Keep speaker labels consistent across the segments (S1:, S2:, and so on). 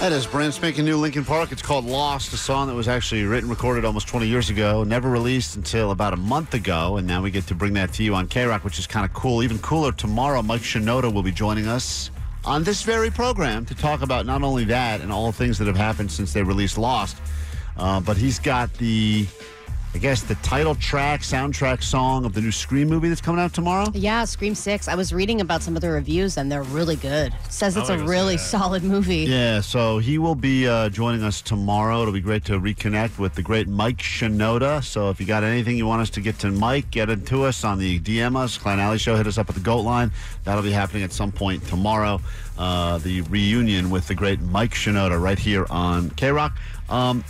S1: That is brand spanking new Lincoln Park. It's called Lost, a song that was actually written, recorded almost 20 years ago, never released until about a month ago. And now we get to bring that to you on K Rock, which is kind of cool. Even cooler, tomorrow Mike Shinoda will be joining us on this very program to talk about not only that and all things that have happened since they released Lost, uh, but he's got the, I guess, the title track, soundtrack song of the new Scream movie that's coming out tomorrow.
S2: Yeah, Scream Six. I was reading about some of the reviews, and they're really good. Says it's a really solid movie.
S1: Yeah, so he will be uh, joining us tomorrow. It'll be great to reconnect with the great Mike Shinoda. So if you got anything you want us to get to Mike, get it to us on the DM us, Clan Alley Show. Hit us up at the Goat Line. That'll be happening at some point tomorrow. Uh, the reunion with the great Mike Shinoda right here on K Rock. Um,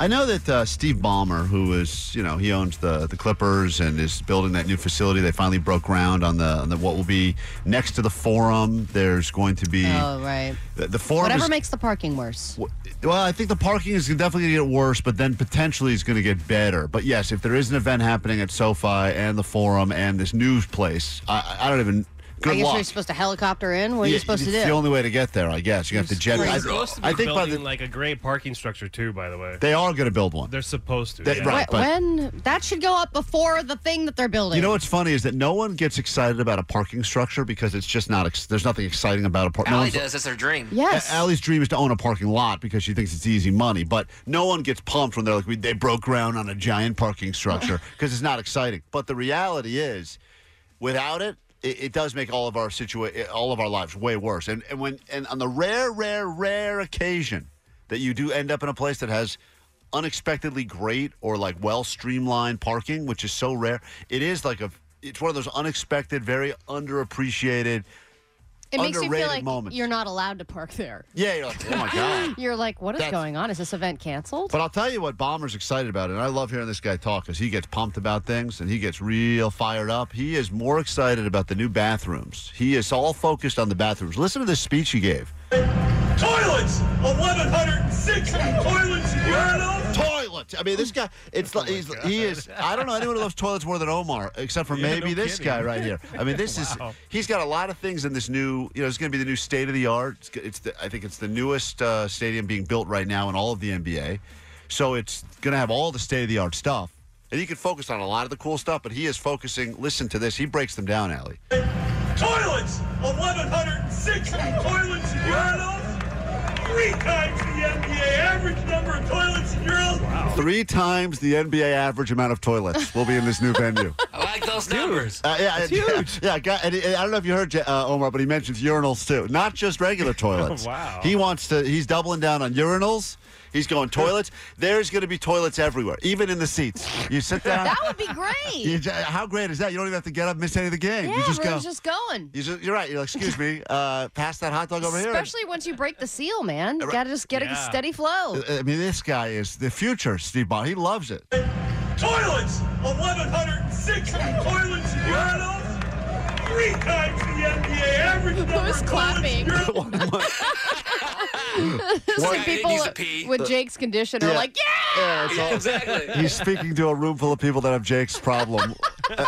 S1: I know that uh, Steve Ballmer, who is, you know, he owns the the Clippers and is building that new facility. They finally broke ground on the, on the what will be next to the Forum. There's going to be
S2: Oh right.
S1: the, the Forum.
S2: Whatever
S1: is-
S2: makes the parking worse.
S1: well, I think the parking is definitely going to get worse, but then potentially it's going to get better. But yes, if there is an event happening at SoFi and the Forum and this news place, I, I don't even. Good
S2: I guess
S1: luck.
S2: you're supposed to helicopter in. What are
S1: Yeah,
S2: you supposed to
S1: it's
S2: do?
S1: the only way to get there, I guess. You have to jet. I,
S2: It's
S3: supposed to be
S1: I think by
S3: building
S1: the,
S3: like a great parking structure too. By the way,
S1: they are going to build one.
S3: they're supposed to.
S1: They-
S3: yeah.
S1: right.
S2: Wh-
S1: but-
S2: when that should go up before the thing that they're building.
S1: You know what's funny is that no one gets excited about a parking structure because it's just not. Ex- there's nothing exciting about a parking.
S4: Allie does. That's her dream.
S2: Yes.
S1: Allie's dream is to own a parking lot because she thinks it's easy money, but no one gets pumped when they're like, we, they broke ground on a giant parking structure because it's not exciting. But the reality is, without it, it, it does make all of our situa- eh, all of our lives way worse. And and when and on the rare, rare, rare occasion that you do end up in a place that has unexpectedly great or like well streamlined parking, which is so rare, it is like a it's one of those unexpected, very underappreciated.
S2: it makes you
S1: underrated
S2: feel like
S1: moments.
S2: you're not allowed to park there.
S1: Yeah, you're like, oh my god.
S2: You're like, what is
S1: That's-
S2: going on? Is this event canceled?
S1: But I'll tell you what Bomber's excited about, and I love hearing this guy talk because he gets pumped about things and he gets real fired up. He is more excited about the new bathrooms. He is all focused on the bathrooms. Listen to this speech he gave.
S5: Toilets! 1,106 toilets! You're enough!
S1: Toilets. I mean, this guy. It's like he's, he is. I don't know anyone who loves toilets more than Omar, except for maybe
S3: no
S1: this
S3: kidding.
S1: guy right here. I mean, this is. He's got a lot of things in this new. You know, it's going to be the new state of the art. It's, it's the, I think it's the newest uh, stadium being built right now in all of the NBA. So it's going to have all the state of the art stuff, and he can focus on a lot of the cool stuff. But he is focusing. Listen to this. He breaks them down, Allie.
S5: Toilets! 1,106 toilets! You're enough! Three times the NBA average number of toilets in Europe!
S1: Three times the NBA average amount of toilets will be in this new venue.
S4: I like those numbers.
S1: Uh, yeah, yeah, Yeah, guy- and, and I don't know if you heard uh, Omar, but he mentions urinals too, not just regular toilets.
S3: Wow.
S1: He wants to. He's doubling down on urinals. He's going toilets. There's going to be toilets everywhere, even in the seats. You sit down.
S2: That would be great.
S1: you ju- how great is that? You don't even have to get up, miss any of the game.
S2: yeah,
S1: you just go.
S2: everyone's just going.
S1: you just, you're right. You're like, excuse me, uh, pass that hot dog over here.
S2: Especially once you break the seal, man. You gotta just get
S3: Yeah.
S2: a steady flow.
S1: I mean, this guy is the future, Steve Ball. He loves it.
S5: Toilets! 1,106 toilets! You're enough! Three times the NBA average number
S2: Who's
S5: of toilets
S2: clapping?
S5: in Europe!
S4: This
S1: What-
S4: guy didn't use a pee.
S2: with Jake's condition are
S1: Yeah.
S2: like, yeah.
S1: Yeah, it's all-
S4: exactly.
S1: he's speaking to a room full of people that have Jake's problem,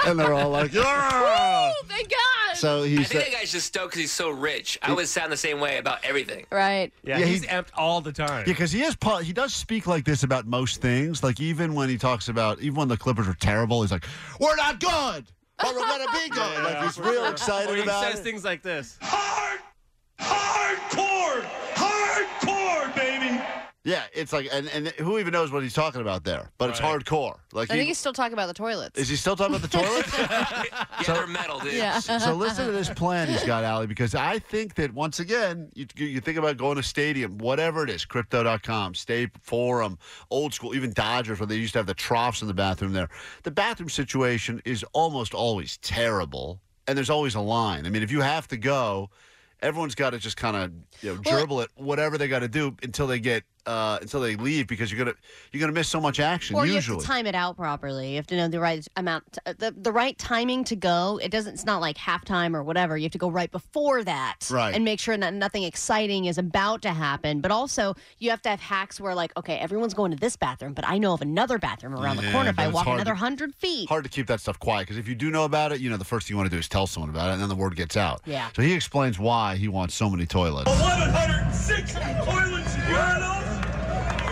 S1: and they're all like, yeah.
S2: Oh, thank God.
S1: So
S4: I
S1: he's.
S4: think that guy's just stoked because he's so rich. I would sound the same way about everything.
S2: right.
S3: Yeah,
S1: Yeah,
S3: he's
S1: he-
S3: amped all the time.
S1: Yeah, because he is. pu- He does speak like this about most things. Like even when he talks about, even when the Clippers are terrible, he's like, "We're not good, but we're gonna be good." like he's real excited
S3: Or he
S1: about
S3: says
S1: it.
S3: things like this.
S5: Hard! Hardcore! Hardcore, baby!
S1: yeah, it's like, and, and who even knows what he's talking about there? But it's
S3: Right.
S1: hardcore. Like,
S2: I
S1: he-
S2: think he's still talking about the toilets.
S1: is he still talking about the toilets?
S4: Yeah, they're metal, dude.
S2: yeah.
S1: so listen to this plan he's got, Allie, because I think that once again, you, you think about going to stadium, whatever it is, crypto.com, State Forum, old school, even Dodgers, where they used to have the troughs in the bathroom there. The bathroom situation is almost always terrible, and there's always a line. I mean, if you have to go, everyone's got to just kind of you know,
S2: Well-
S1: gerbil it, whatever they got to do until they get uh, until they leave because you're gonna you're gonna miss so much action
S2: Or you
S1: usually.
S2: have to time it out properly. You have to know the right amount, uh, the, the right timing to go. It doesn't. It's not like halftime or whatever. You have to go right before that,
S1: Right.
S2: And make sure that nothing exciting is about to happen. But also, you have to have hacks where, like, okay, everyone's going to this bathroom, but I know of another bathroom around
S1: Yeah,
S2: the corner if
S1: but
S2: I
S1: it's
S2: walk
S1: hard
S2: another
S1: to-
S2: hundred feet.
S1: Hard to keep that stuff quiet because if you do know about it, you know the first thing you want to do is tell someone about it, and then the word gets out.
S2: Yeah.
S1: So he explains why he wants so many toilets.
S5: 1,106 toilets and urinals,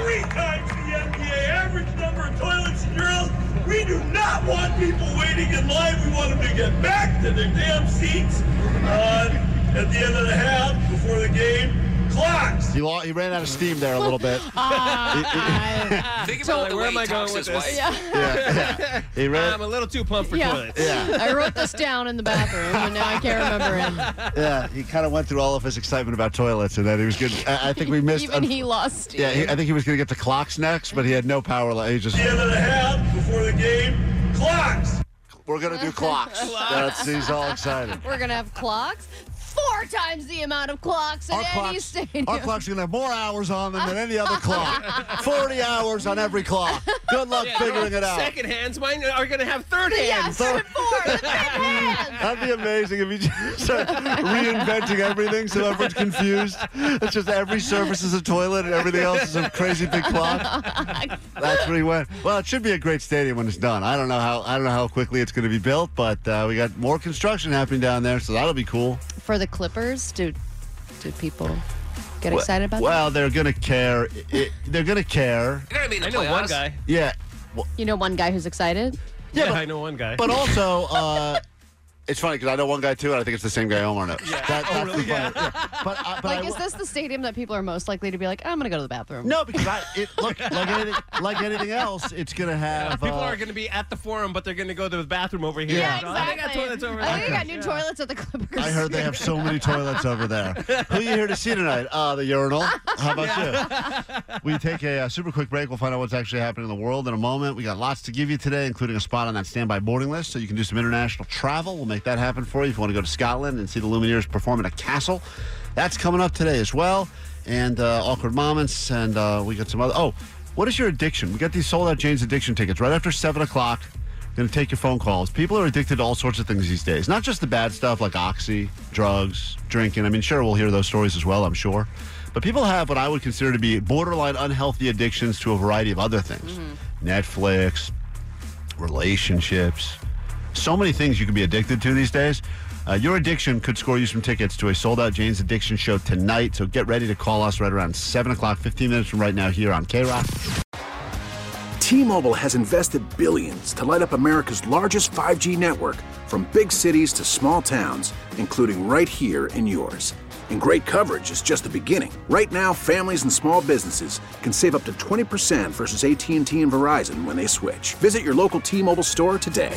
S5: three times the NBA average number of toilets and urinals. We do not want people waiting in line. We want them to get back to their damn seats uh, at the end of the half before the game clocks.
S1: He, lo- he ran out of steam there a little bit.
S6: Uh-huh.
S4: Think about like,
S7: where
S4: where
S7: am
S4: the
S7: I
S4: way
S7: going
S4: he talks to
S7: with
S4: his wife.
S7: this?
S1: yeah, yeah. He ran.
S6: Um,
S7: I'm a little too pumped for
S6: Yeah.
S7: toilets.
S1: yeah,
S6: I wrote this down in the bathroom, and now I can't remember it.
S1: yeah. He kind of went through all of his excitement about toilets, and then he was good. I, I think we missed. um,
S6: Even he lost.
S1: yeah, he, I think he was going to get the clocks next, but he had no power. Left. He just
S5: At the end of the half before the game clocks.
S1: We're gonna do clocks. That's he's all excited.
S6: We're gonna have clocks. Four times the amount of clocks at
S1: Our
S6: any
S1: clocks,
S6: stadium.
S1: our clocks are gonna have more hours on them than any other clock. Forty hours on every clock. Good luck figuring it out.
S7: Second hands, mine are going to have third
S6: yes,
S7: hands.
S1: So-
S6: four. The big hand.
S1: That'd be amazing if you just start reinventing everything so everyone's confused. It's just every surface is a toilet and everything else is a crazy big clock. That's where he went. Well, it should be a great stadium when it's done. I don't know how I don't know how quickly it's going to be built, but uh, we got more construction happening down there, so that'll be cool.
S6: For the Clippers, do do people get excited about
S1: Well, they're going to care. I- they're going to care.
S4: You're gonna be in the
S7: I know one
S4: playoffs.
S7: guy.
S1: Yeah.
S6: that? You know, one guy who's excited.
S7: Yeah, I know one guy.
S1: But also, uh, it's funny because I know one guy too, and I think it's the same guy Omar knows. That- that's the funny- Oh, yeah. But, I- but I
S6: Like,
S1: will-
S6: is this the stadium that people are most likely to be like, I'm gonna go to the bathroom?
S1: No, because I it, look like anything, like anything else, it's gonna have.
S7: People
S1: uh,
S7: are going to be at the forum, but they're going to go to the bathroom over here.
S1: Yeah,
S7: Oh, they got toilets over
S6: I
S7: there.
S6: think I got new toilets at the Clippers.
S1: I heard they have so many toilets over there. Who you here to see tonight? Uh, the urinal. How about you? We take a, uh super quick break. We'll find out what's actually happening in the world in a moment. We got lots to give you today, including a spot on that standby boarding list, so you can do some international travel. We'll make that happen for you if you want to go to Scotland and see the Lumineers perform at a castle. That's coming up today as well. And uh, awkward moments, and uh, we got some other. Oh, what is your addiction? We got these sold out Jane's addiction tickets right after seven o'clock. Going to take your phone calls. People are addicted to all sorts of things these days, not just the bad stuff like oxy, drugs, drinking. I mean, sure, we'll hear those stories as well, I'm sure. But people have what I would consider to be borderline unhealthy addictions to a variety of other things Netflix, relationships, so many things you can be addicted to these days. Uh, your addiction could score you some tickets to a sold out Jane's Addiction show tonight. So get ready to call us right around 7 o'clock, 15 minutes from right now here on K Rock.
S8: T-Mobile has invested billions to light up America's largest 5G network from big cities to small towns, including right here in yours. And great coverage is just the beginning. Right now, families and small businesses can save up to 20% versus AT&T and Verizon when they switch. Visit your local T-Mobile store today.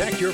S9: Protect your